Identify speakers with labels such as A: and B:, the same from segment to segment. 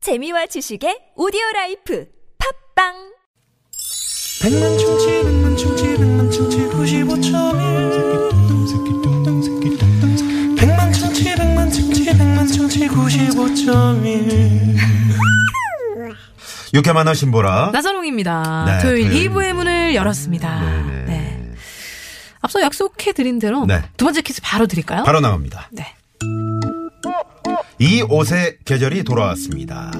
A: 재미와 지식의 오디오 라이프 팝빵
B: 백만 충치 백만 충치 백만 충치 95.1 백만 충치 백만 충치 백만 충치 95.1
C: 육회 만화 신보라.
D: 나선홍입니다.
C: 어? 네,
D: 토요일
C: 토요일.
D: 2부의 문을 열었습니다.
C: 네네.
D: 네. 앞서 약속해드린 대로
C: 네.
D: 두 번째 퀴즈 바로 드릴까요?
C: 바로 나옵니다.
D: 네.
C: 이 옷의 계절이 돌아왔습니다.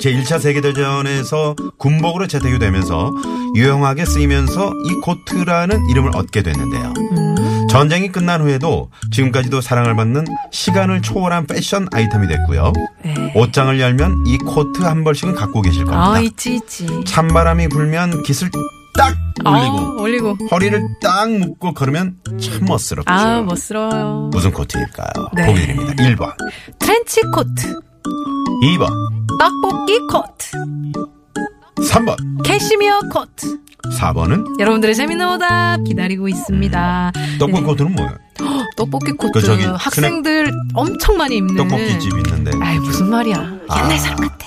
C: 제1차 세계대전에서 군복으로 채택이 되면서 유용하게 쓰이면서 이 코트라는 이름을 얻게 됐는데요.
D: 음.
C: 전쟁이 끝난 후에도 지금까지도 사랑을 받는 시간을 초월한 패션 아이템이 됐고요.
D: 네.
C: 옷장을 열면 이 코트 한 벌씩은 갖고 계실 겁니다.
D: 아, 있지, 있지.
C: 찬바람이 불면 깃을 딱 올리고
D: 아, 올리고.
C: 허리를 딱 묶고 걸으면 참 멋스럽죠.
D: 아, 멋스러워요.
C: 무슨 코트일까요?
D: 네.
C: 보기드립니다. 1번,
D: 트렌치 코트,
C: 2번,
D: 떡볶이 코트,
C: 3번,
D: 캐시미어 코트.
C: 4번은
D: 여러분들의 재밌는 오답 기다리고 있습니다.
C: 음. 떡볶이
D: 네네.
C: 코트는 뭐예요?
D: 헉, 떡볶이 코트.
C: 그 저기
D: 학생들 엄청 많이 입는.
C: 떡볶이 집 있는데
D: 네. 아이, 무슨 말이야. 옛날 사람 같아.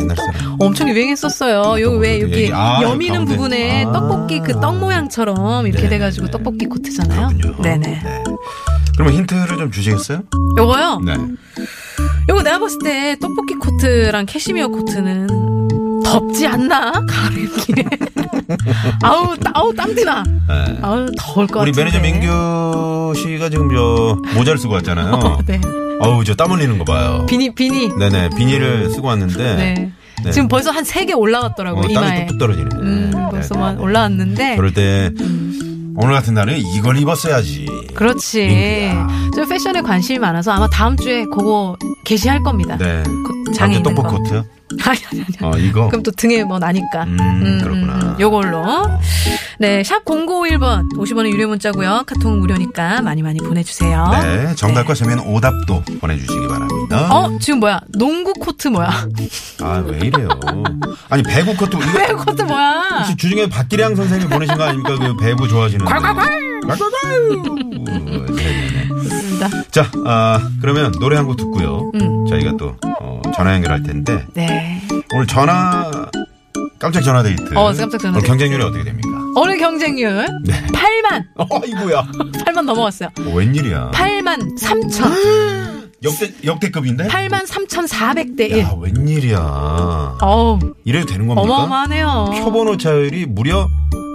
C: 옛날 사람.
D: 엄청 유행했었어요. 여기 왜
C: 떡볶이
D: 여기
C: 얘기. 아,
D: 여미는
C: 가운데.
D: 부분에
C: 아.
D: 떡볶이 그 떡 모양처럼 이렇게
C: 네네네.
D: 돼가지고 떡볶이 코트잖아요.
C: 그렇군요.
D: 네네.
C: 네. 그러면 힌트를 좀 주시겠어요?
D: 요거요.
C: 네.
D: 요거 내가 봤을 때 떡볶이 코트랑 캐시미어 코트는 덥지 않나 가을에 아우 따- 아우 땀띠나
C: 네.
D: 아우 더울 어, 것
C: 우리 매니저
D: 같은데.
C: 민규 씨가 지금 저 모자를 쓰고 왔잖아요.
D: 네.
C: 어우 저 땀 흘리는 거 봐요.
D: 비니 비니.
C: 네네 비닐을 쓰고 왔는데
D: 네.
C: 네.
D: 지금 벌써 한 세 개 올라왔더라고
C: 어,
D: 요
C: 땀이
D: 이마에.
C: 뚝뚝 떨어지네.
D: 음
C: 네,
D: 벌써
C: 네,
D: 막
C: 네.
D: 올라왔는데. 음.
C: 그럴 때 오늘 같은 날에 이걸 입었어야지.
D: 그렇지.
C: 민규야.
D: 저 패션에 관심이 많아서 아마 다음 주에 그거 게시할 겁니다.
C: 네.
D: 그 장에
C: 장기
D: 있는
C: 떡볶이
D: 거.
C: 코트요?
D: 아니 아니 아니.
C: 어 이거.
D: 그럼 또 등에 뭐 나니까.
C: 음, 그렇구나.
D: 요걸로. 네, 샵 0951번 50원의 유료 문자고요. 카톡 무료니까 많이 많이 보내 주세요.
C: 네, 정답과 재미있는 오답도 보내주시기 바랍니다.
D: 어, 지금 뭐야? 농구 코트 뭐야?
C: 아, 왜 이래요? 아니, 배구 커트, 이거
D: 배구 코트 뭐야?
C: 혹시 주중에 박기량 선생님이 보내신 거 아닙니까? 그 배구 좋아하시는. 괄괄괄! 괄괄괄! 네네네.
D: 좋습니다.
C: 자, 아, 그러면 노래 한 곡 듣고요.
D: 음.
C: 저희가 또, 어, 전화 연결할 텐데,
D: 네.
C: 오늘 전화, 깜짝 전화 데이트.
D: 어, 깜짝 전화
C: 오늘
D: 데이트.
C: 경쟁률이 어떻게 됩니까?
D: 오늘 경쟁률
C: 네.
D: 8만.
C: 어이구야.
D: 8만 넘어갔어요.
C: 뭐 웬일이야.
D: 8만 3천.
C: 역대, 역대급인데?
D: 8만 3,400대 1.
C: 야, 웬일이야.
D: 어우,
C: 이래도 되는 겁니까?
D: 어마어마하네요.
C: 표본 오차율이 무려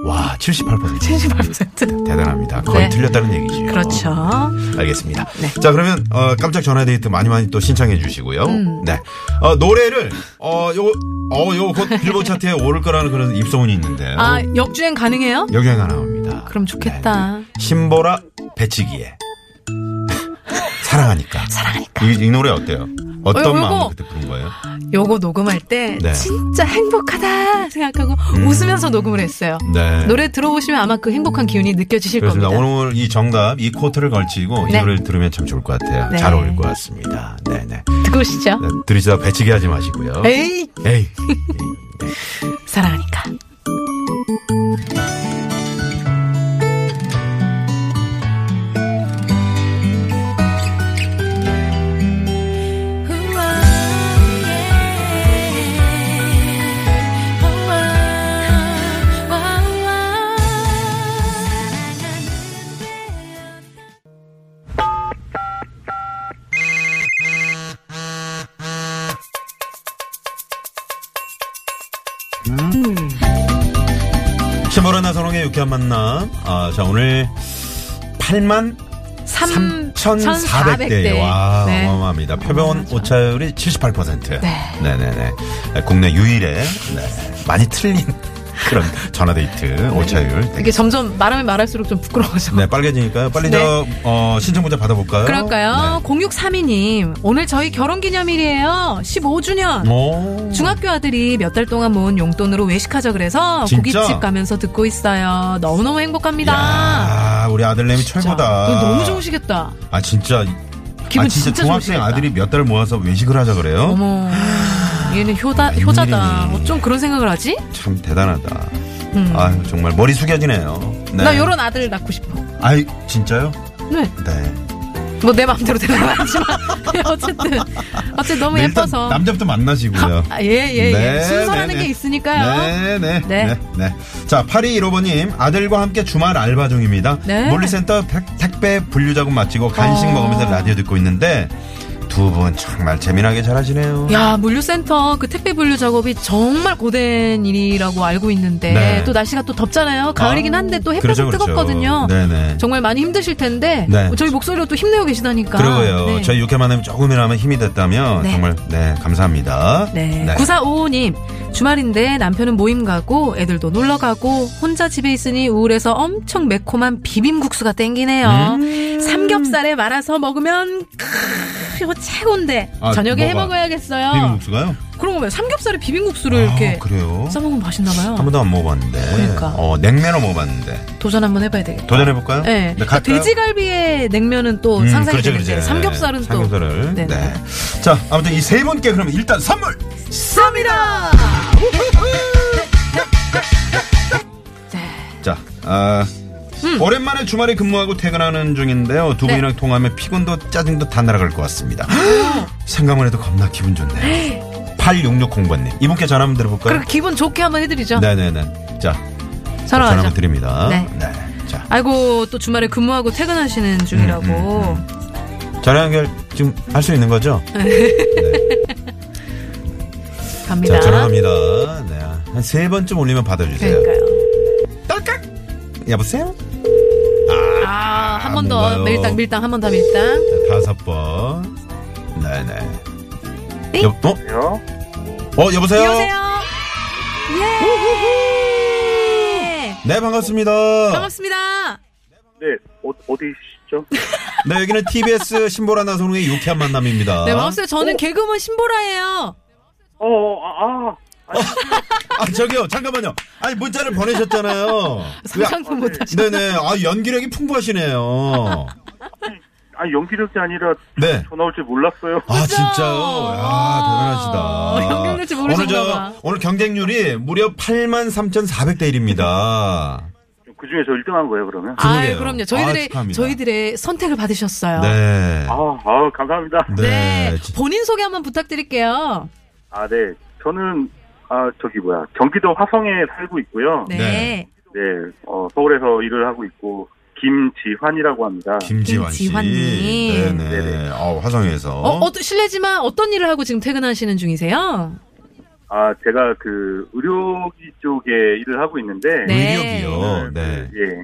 C: 와 78%.
D: 78%.
C: 대단합니다. 거의
D: 네.
C: 틀렸다는 얘기죠.
D: 그렇죠.
C: 알겠습니다.
D: 네.
C: 자 그러면 어, 깜짝 전화 데이트 많이 많이 또 신청해 주시고요.
D: 음.
C: 네. 어, 노래를 어 요거 어 요거 곧 빌보드 차트에 오를 거라는 그런 입소문이 있는데
D: 아, 역주행 가능해요?
C: 여기가 나옵니다.
D: 그럼 좋겠다.
C: 네. 신보라 배치기에 사랑하니까. 사랑하니까. 이, 이 노래 어때요?
D: 어,
C: 어떤
D: 요거.
C: 마음으로 그때 부른 거예요?
D: 요거 녹음할 때
C: 네.
D: 진짜 행복하다 생각하고 웃으면서 녹음을 했어요.
C: 네.
D: 노래 들어보시면 아마 그 행복한 기운이 느껴지실
C: 그렇습니다.
D: 겁니다.
C: 오늘 이 정답, 이 코트를 걸치고 이
D: 네.
C: 노래를 들으면 참 좋을 것 같아요.
D: 네.
C: 잘 어울릴 것 같습니다. 네네.
D: 듣고 오시죠.
C: 네, 들으시다 배치기 하지 마시고요.
D: 에이
C: 에이.
D: 사랑하니까.
C: 신보라나 선홍의 유쾌한 만남. 아, 자, 오늘 8만 3,400대.
D: 3,400 대.
C: 와,
D: 네.
C: 어마어마합니다. 표본
D: 어마어마하죠.
C: 오차율이 78%.
D: 네.
C: 네네네. 네, 국내 유일의 네, 많이 틀린 그런 전화데이트 오차율.
D: 이게 점점 말하면 말할수록 좀 부끄러워져.
C: 네, 빨개지니까요. 빨리 저, 어, 신청 문자 받아볼까요? 네.
D: 그럴까요? 0632님, 오늘 저희 결혼 기념일이에요. 15주년.
C: 네. 오.
D: 중학교 아들이 몇 달 동안 모은 용돈으로 외식하자 그래서
C: 진짜?
D: 고깃집 가면서 듣고 있어요. 너무너무 행복합니다.
C: 야, 우리 아들내미
D: 진짜.
C: 최고다.
D: 이거 너무 좋으시겠다.
C: 아 진짜.
D: 기분
C: 아, 진짜,
D: 진짜
C: 중학생
D: 좋으시겠다.
C: 아들이 몇 달 모아서 외식을 하자 그래요?
D: 어머. 얘는 효다,
C: 음.
D: 효자다.
C: 웬일이니.
D: 어쩜 그런 생각을 하지?
C: 참 대단하다.
D: 음.
C: 아 정말 머리 숙여지네요. 네.
D: 나 요런 아들 낳고 싶어.
C: 아이 진짜요?
D: 네.
C: 네.
D: 뭐 내 마음대로 되는 건 아니지만 네, 어쨌든 어쨌든 너무
C: 네,
D: 예뻐서
C: 일단 남자부터 만나시고요.
D: 아, 예, 예, 예.
C: 네,
D: 순서라는
C: 네, 네.
D: 게 있으니까요.
C: 네, 네, 네.
D: 네.
C: 네. 자, 8215번님, 아들과 함께 주말 알바 중입니다.
D: 네.
C: 물리센터 택- 택배 분류 작업 마치고 간식
D: 어.
C: 먹으면서 라디오 듣고 있는데, 두 분 정말 재미나게 잘하시네요.
D: 야, 물류센터 그 택배 분류 작업이 정말 고된 일이라고 알고 있는데
C: 네.
D: 또 날씨가 또 덥잖아요. 가을이긴 한데 또 햇볕이
C: 그렇죠, 그렇죠.
D: 뜨겁거든요.
C: 네네.
D: 정말 많이 힘드실 텐데
C: 네.
D: 저희 목소리로 또 힘내고 계시다니까.
C: 그러고요.
D: 네.
C: 저희 육회 만나면 조금이나마 힘이 됐다면
D: 네.
C: 정말 네 감사합니다.
D: 네. 9455님, 주말인데 남편은 모임 가고 애들도 놀러 가고 혼자 집에 있으니 우울해서 엄청 매콤한 비빔국수가 땡기네요.
C: 음.
D: 삼겹살에 말아서 먹으면 크으, 최고인데
C: 아,
D: 저녁에 해
C: 뭐가?
D: 먹어야겠어요.
C: 비빔국수가요?
D: 그런 거면 삼겹살에 비빔국수를
C: 아,
D: 이렇게
C: 그래요?
D: 싸 먹으면 맛있나 봐요.
C: 한 번도 안 먹어봤는데.
D: 그러니까.
C: 어 냉면을 먹어봤는데
D: 도전 한번 해봐야 되겠다.
C: 도전해 볼까요?
D: 네. 돼지갈비에 냉면은 또 상상이 되는데 삼겹살은
C: 네.
D: 또
C: 삼겹살을. 음, 그렇죠, 네.
D: 네.
C: 자 아무튼 이 세 분께 그러면 일단 선물.
D: 쌉니다.
C: 자 아. 오랜만에 주말에 근무하고 퇴근하는 중인데요. 두
D: 음. 네.
C: 분이랑 통화하면 피곤도 짜증도 다 날아갈 것 같습니다. 생각만 해도 겁나 기분 좋네요. 8660번님. 이분께 전화 한번 드려볼까요?
D: 그럼 기분 좋게 한번 해드리죠.
C: 네네네. 자, 전화
D: 사랑하죠.
C: 한번 드립니다. 네.
D: 네.
C: 자,
D: 아이고 또 주말에 근무하고 퇴근하시는 중이라고.
C: 음, 전화 연결 지금 할 수 있는 거죠?
D: 갑니다.
C: 자, 전화합니다. 네. 한 세 번쯤 올리면 받아주세요.
D: 그러니까요.
C: 딸깍! 여보세요?
D: 아, 한 번
C: 뭔가요?
D: 더 밀당 밀당 한 번 더 밀당.
C: 자, 다섯 번. 네네.
D: 삐.
C: 여, 어? 어, 여보세요?
D: 여보세요. 예.
C: 네, 반갑습니다.
D: 반갑습니다.
E: 네, 어, 어디시죠?
C: 네, 여기는 TBS 신보라 나선홍의 유쾌한 만남입니다.
D: 네, 마우스 저는 개그맨 신보라예요.
E: 어, 어, 아, 아.
C: 아, 저기요, 잠깐만요. 아니, 문자를 보내셨잖아요.
D: 상상도 못 하시.
C: 네네. 아, 연기력이 풍부하시네요.
E: 아니, 연기력이 아니라
C: 네.
E: 전화 올 줄 몰랐어요.
C: 아
D: 그죠? 어,
C: 진짜요? 야 대단하시다.
D: 연결될지
C: 오늘
D: 모르셨나
C: 저
D: 봐.
C: 오늘 경쟁률이 무려 8만 3,400대 1입니다.
E: 그 중에 저 1등 한 거예요, 그러면?
D: 아,
C: 그러게요.
D: 그럼요.
C: 아,
D: 저희들의
C: 축하합니다.
D: 저희들의 선택을 받으셨어요.
C: 네.
E: 아, 아, 감사합니다.
D: 네.
C: 지-
D: 본인 소개 한번 부탁드릴게요.
E: 아, 네. 저는, 아, 저기 뭐야. 경기도 화성에 살고 있고요.
D: 네.
C: 네.
E: 네, 어, 서울에서 일을 하고 있고, 김지환이라고 합니다.
C: 김지환 씨.
D: 김지환님.
C: 네네. 어, 화성에서.
D: 어, 어, 실례지만 어떤 일을 하고 지금 퇴근하시는 중이세요?
E: 아, 제가 그 의료기 쪽에 일을 하고 있는데,
D: 네.
C: 의료기요. 네.
E: 예.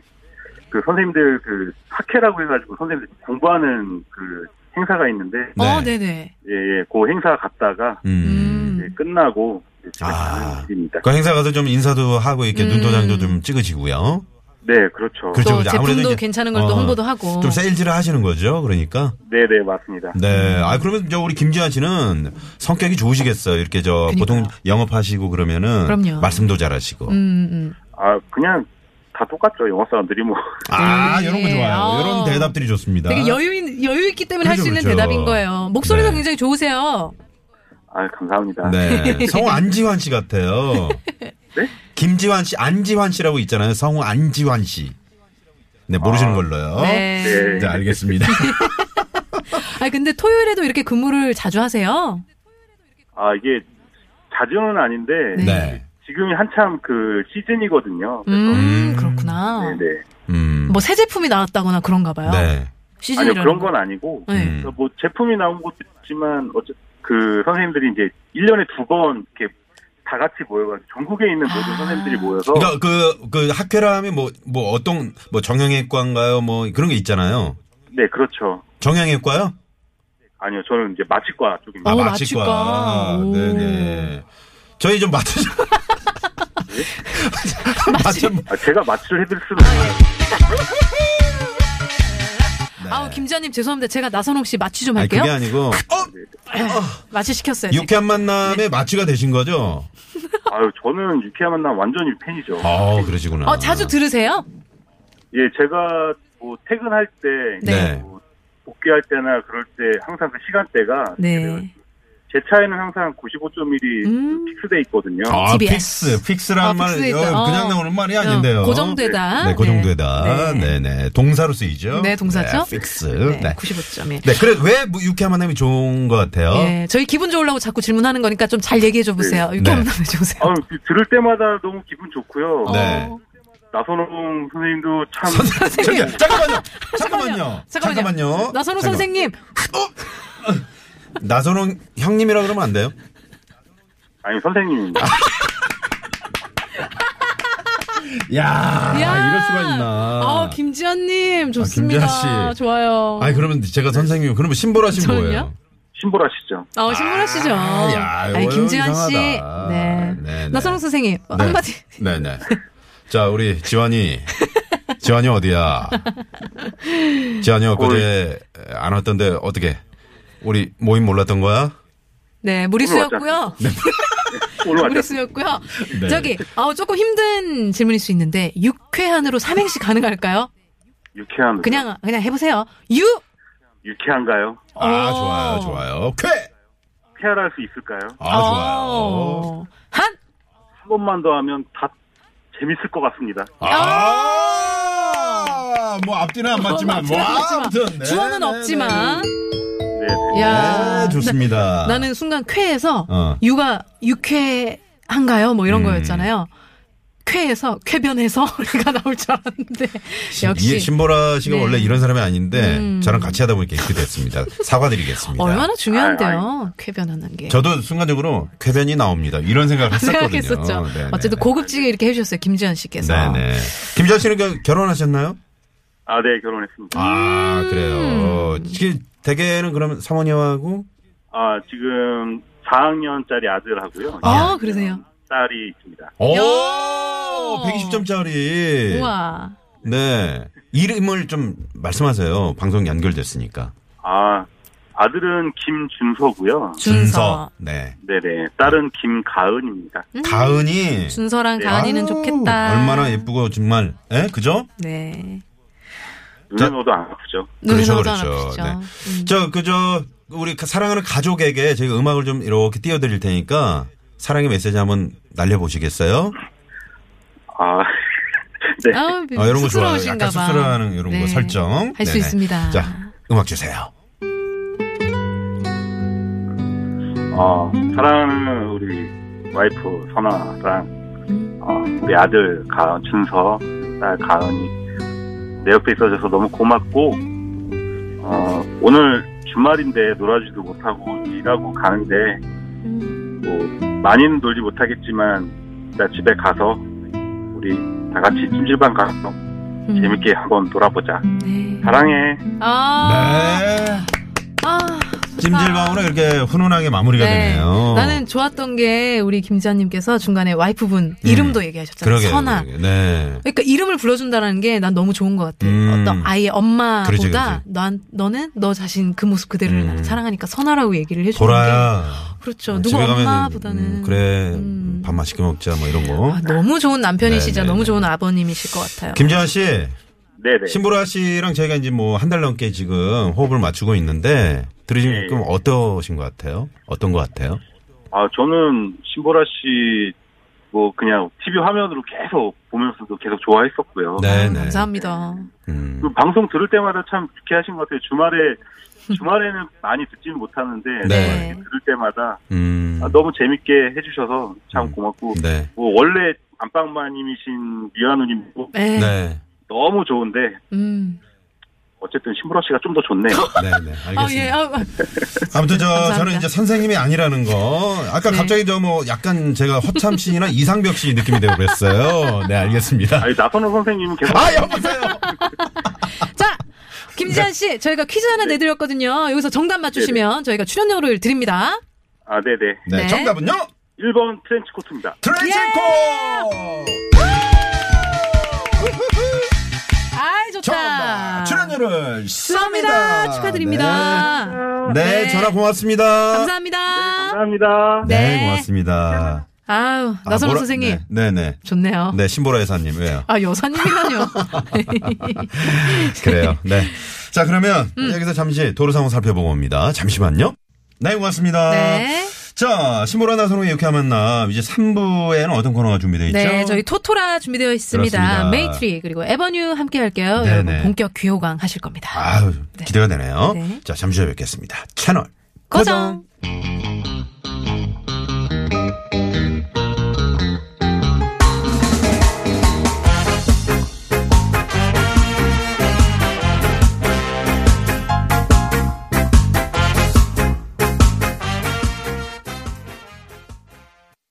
E: 그 선생님들 그 학회라고 해가지고 선생님들 공부하는 그 행사가 있는데,
C: 네.
D: 어, 네네.
E: 예, 예. 그 행사 갔다가,
C: 음.
E: 이제 예, 끝나고 이제 집에
C: 아.
E: 가는 길입니다.
C: 그 행사 가서 좀 인사도 하고 이렇게
D: 음.
C: 눈도장도 좀 찍으시고요.
E: 네, 그렇죠.
C: 그죠,
D: 또
C: 그죠. 아무래도
D: 제품도
C: 이제-
D: 괜찮은 걸 또
C: 어,
D: 홍보도 하고.
C: 좀 세일즈를 하시는 거죠. 그러니까.
E: 네, 네, 맞습니다.
C: 네. 아 그러면 저 우리 김지환 씨는 성격이 좋으시겠어요. 이렇게 저 보통 영업하시고 그러면은
D: 그럼요.
C: 말씀도 잘하시고.
D: 음, 음.
E: 아, 그냥 다 똑같죠. 영어 사람들이 뭐.
C: 아,
D: 네.
C: 이런 거 좋아요.
D: 아.
C: 이런 대답들이 좋습니다.
D: 되게 여유 있, 여유 있기 때문에 할 수
C: 아. 그렇죠,
D: 있는
C: 그렇죠.
D: 대답인 거예요. 목소리도
C: 네.
D: 굉장히 좋으세요.
E: 아, 감사합니다.
C: 네. 성우 안지환 씨 같아요.
E: 네?
C: 김지환 씨, 안지환 씨라고 있잖아요. 성우 안지환 씨. 네, 모르시는 걸로요.
D: 네.
E: 네.
C: 네, 알겠습니다.
D: 아 근데 토요일에도 이렇게 근무를 자주 하세요?
E: 아, 이게 자주는 아닌데
C: 네.
E: 지금이 한참 그 시즌이거든요. 그래서
D: 음,
C: 음.
D: 그렇구나.
E: 네, 네.
C: 음.
D: 뭐 새 제품이 나왔다거나 그런가 봐요.
C: 네.
E: 아니요,
D: 시즌이라는
E: 그런 건 아니고
D: 네.
C: 음.
E: 그래서 뭐 제품이 나온 것도 있지만 어째 그 선생님들이 이제 1년에 두 번 이렇게 다 같이 모여가지고 전국에 있는 모든
D: 아.
E: 선생님들이 모여서
C: 그러니까 그, 그 학회라 하면 뭐, 뭐 어떤, 뭐 정형외과인가요? 뭐 그런 게 있잖아요.
E: 네, 그렇죠.
C: 정형외과요?
E: 아니요, 저는 이제 마취과 쪽입니다.
C: 아,
D: 어,
C: 마취과.
D: 마취과. 오.
C: 네네. 저희 좀 맞춰. 맞춰.
E: 아, 제가 마취를 해드릴 수는 없어요.
D: 아우 김지아님 죄송합니다. 제가 나선홍 씨 마취 좀
C: 네. 아니,
D: 할게요. 네.
C: 그게 아니고.
D: 마취 시켰어요. 지금.
C: 유쾌한 만남의 마취가 되신 거죠?
E: 아유, 저는 유쾌한 만남 완전히 팬이죠.
C: 아, 그러시구나.
D: 어 자주 들으세요?
E: 예, 제가 뭐 퇴근할 때,
C: 네.
E: 뭐 복귀할 때나 그럴 때 항상 그 시간대가
D: 네.
E: 제 차에는 항상 95.1이
D: 음.
E: 픽스돼 있거든요.
C: 아,
D: TBS.
C: 픽스. 픽스란
D: 아,
C: 말,
D: 픽스에
C: 어,
D: 있다.
C: 그냥
D: 어. 그
C: 나오는 말이 아닌데요.
D: 고정되다.
C: 네, 고정되다. 네, 네. 동사로 쓰이죠.
D: 네, 동사죠.
C: 네, 픽스.
D: 네,
C: 네. 네.
D: 95점이.
C: 그래, 왜 뭐 유쾌한 만남이 좋은 것 같아요?
D: 예, 저희 기분 좋으려고 자꾸 질문하는 거니까 좀 잘 얘기해 줘 보세요.
C: 어? 네.
D: 유쾌한 만남 해줘 보세요.
E: 아유, 그- 들을 때마다 너무 기분 좋고요.
C: 네.
D: 어.
E: 나선홍 선생님도 참
C: 선생님, 저기, 잠깐만요. 잠깐만요. 잠깐만요.
D: 나선호
C: 잠깐만.
D: 선생님.
C: 나선홍 형님이라 그러면 안 돼요?
E: 아니 선생님입니다.
C: 야,
D: 야.
C: 이럴 수가 있나.
D: 아, 김지현님 좋습니다.
C: 아, 김지현 씨.
D: 좋아요.
C: 아니 그러면 제가 선생님 그러면 신보라 씨
D: 저는요?
C: 뭐예요?
E: 신보라 씨죠.
D: 어, 신문하 씨죠.
C: 아, 야,
D: 아니,
C: 이거
D: 김지현 씨.
C: 이상하다.
D: 네.
C: 네, 네.
D: 나선호 선생님. 어, 한마디.
C: 네네. 자 우리 지환이 지환이 어디야? 지환이 엊그제 안 왔던데 어떻게? 우리 모임 몰랐던 거야?
D: 네, 무리수였고요.
E: 오늘 왔죠.
D: 무리수였고요.
C: 네.
D: 저기, 아 조금 힘든 질문일 수 있는데, 유쾌한으로 삼행시 가능할까요?
E: 유쾌한
D: 그냥, 그냥 해보세요. 유!
E: 유쾌한가요?
C: 아
D: 오.
C: 좋아요 좋아요. 쾌.
E: 쾌활할 수 있을까요?
C: 아 좋아요.
D: 어. 한!
E: 한 번만 더 하면 다 재밌을 것 같습니다.
C: 아. 뭐 앞뒤는 안 맞지만 뭐 아무튼 네,
D: 주어는
C: 네,
D: 없지만.
E: 네.
D: 야
C: 네, 좋습니다.
D: 나는 순간 쾌에서,
C: 어.
D: 유가 유쾌한가요? 뭐 이런
C: 음.
D: 거였잖아요. 쾌에서, 쾌변에서, 우리가 나올 줄 알았는데.
C: 이게
D: 역시.
C: 신보라 씨가
D: 네.
C: 원래 이런 사람이 아닌데
D: 음.
C: 저랑 같이 하다 보니까 이렇게 됐습니다. 사과드리겠습니다.
D: 얼마나
E: 아유,
D: 중요한데요. 쾌변하는 게.
C: 저도 순간적으로 쾌변이 나옵니다. 이런 생각을 했었거든요. 네,
D: 생각했었죠. 어쨌든 고급지게 이렇게 해주셨어요. 음. 김지현 씨께서.
C: 네네. 김지현 씨는 겨- 결혼하셨나요?
E: 아, 네, 결혼했습니다.
C: 아 그래요. 이게 대개는 그러면 사모님하고
E: 아, 지금 4학년짜리 아들하고요. 네.
D: 아, 그러세요?
E: 딸이 있습니다.
C: 오
D: 야.
C: 120점짜리.
D: 우와.
C: 네 이름을 좀 말씀하세요. 방송 연결됐으니까.
E: 아, 아들은 김준서고요.
D: 준서.
C: 네.
E: 네네. 딸은 김가은입니다.
C: 가은이
D: 준서랑 가은이는
C: 아유,
D: 좋겠다.
C: 얼마나 예쁘고 정말 예 그죠?
D: 네.
C: 자-
E: 눈에 넣어도 안 아프죠.
D: 눈에
C: 그렇죠,
D: 넣어도 안
C: 그렇죠.
D: 아프죠.
C: 네.
D: 음.
C: 저 그저 우리 가- 사랑하는 가족에게 저희가 음악을 좀 이렇게 띄워드릴 테니까 사랑의 메시지 한번 날려보시겠어요?
E: 아, 네.
D: 아우,
C: 아, 이런 거 좋아요.
D: 쑥스러우신가
C: 약간
D: 봐. 네.
C: 쑥스러워하는 이런 거 설정.
D: 할 수
C: 네네.
D: 있습니다.
C: 자 음악 주세요.
E: 어, 사랑하는 우리 와이프 선아랑 어, 우리 아들 가 준서, 딸 가은이 내 옆에 있어줘서 너무 고맙고 어, 오늘 주말인데 놀아주지도 못하고 일하고 가는데 뭐 많이는 놀지 못하겠지만 나 집에 가서 우리 다 같이 찜질방 가서
D: 음.
E: 재밌게 한번 놀아보자.
D: 네.
E: 사랑해.
D: 아.
C: 네.
D: 아.
C: 찜질방으로 이렇게 훈훈하게 마무리가 되네요.
D: 나는 좋았던 게 우리 김지현님께서 중간에 와이프분 이름도 얘기하셨잖아요.
C: 네. 그러게
D: 선아.
C: 네.
D: 그러니까 이름을 불러준다는 게 난 너무 좋은 것 같아.
C: 음.
D: 어떤 아이의 엄마보다
C: 그렇지, 그렇지.
D: 난 너는 너 자신 그 모습 그대로를
C: 음.
D: 나를 사랑하니까 선아라고 얘기를 해주는
C: 보라야. 어,
D: 게 그렇죠. 누구 엄마보다는
C: 음, 그래
D: 음.
C: 밥 맛있게 먹자 뭐 이런 거.
D: 아, 너무 좋은 남편이시자
C: 네, 네,
D: 너무
C: 네.
D: 좋은 아버님이실 것 같아요.
C: 김재환 씨.
E: 네네.
C: 신보라 씨랑 저희가 이제 뭐 한 달 넘게 지금 호흡을 맞추고 있는데 들으시면
E: 네.
C: 좀 어떠신 것 같아요? 어떤 것 같아요?
E: 아, 저는 신보라 씨, 뭐, 그냥 TV 화면으로 계속 보면서도 계속 좋아했었고요.
C: 네네.
D: 감사합니다.
C: 음.
E: 어, 그 방송 들을 때마다 참 유쾌하신 것 같아요. 주말에, 주말에는 많이 듣지는 못하는데,
C: 네.
E: 들을 때마다
C: 음.
E: 아, 너무 재밌게 해주셔서 참
C: 음.
E: 고맙고,
C: 네.
E: 뭐, 원래 안방마님이신 미아누님도
D: 네.
C: 네.
E: 너무 좋은데,
D: 음.
E: 어쨌든 신보라 씨가 좀 더 좋네요.
C: 네, 네. 알겠습니다.
D: 아, 예. 아, 아.
C: 아무튼 저
D: 감사합니다.
C: 저는 이제 선생님이 아니라는 거 아까
D: 네.
C: 갑자기 저 뭐 약간 제가 허참 씨나 이상벽 씨 느낌이 되고 그랬어요. 네, 알겠습니다.
E: 아니, 예. 나선호 선생님은 계속
C: 아, 여보세요.
D: 아. 자, 김지한 씨, 저희가 퀴즈 하나 내드렸거든요. 여기서 정답 맞추시면 저희가 출연료를 드립니다.
E: 아, 네네.
C: 네,
D: 네. 예!
C: 정답은요.
E: 1번 트렌치코트입니다.
C: 트렌치코.
D: 아이, 좋다.
C: 정답. 출연료를
D: 감사합니다.
C: 쏩니다.
D: 축하드립니다.
C: 네, 네,
D: 네.
C: 전화 고맙습니다.
D: 감사합니다.
E: 감사합니다.
C: 네,
D: 네.
C: 고맙습니다.
D: 아우,
C: 아,
D: 나선호
C: 뭐라-
D: 선생님.
C: 네, 네. 네,
D: 좋네요.
C: 네, 신보라 여사님 왜요?
D: 아, 여사님이라뇨.
C: 네.
D: 음.
C: 그래요. 네. 자, 그러면 여기서 잠시 도로 상황 살펴보고 옵니다. 잠시만요. 네, 고맙습니다.
D: 네.
C: 자, 시모라 나선홍의 유쾌한 만남. 이제 3부에는 어떤 코너가 준비되어 있죠?
D: 네, 저희 토토라 준비되어 있습니다.
C: 그렇습니다.
D: 메이트리 그리고 에버뉴 함께 할게요.
C: 네, 네.
D: 여러분 본격 귀호강 하실 겁니다.
C: 아유,
D: 네.
C: 기대가 되네요.
D: 네.
C: 자, 잠시 후에 뵙겠습니다. 채널
D: 고정.
C: 고정.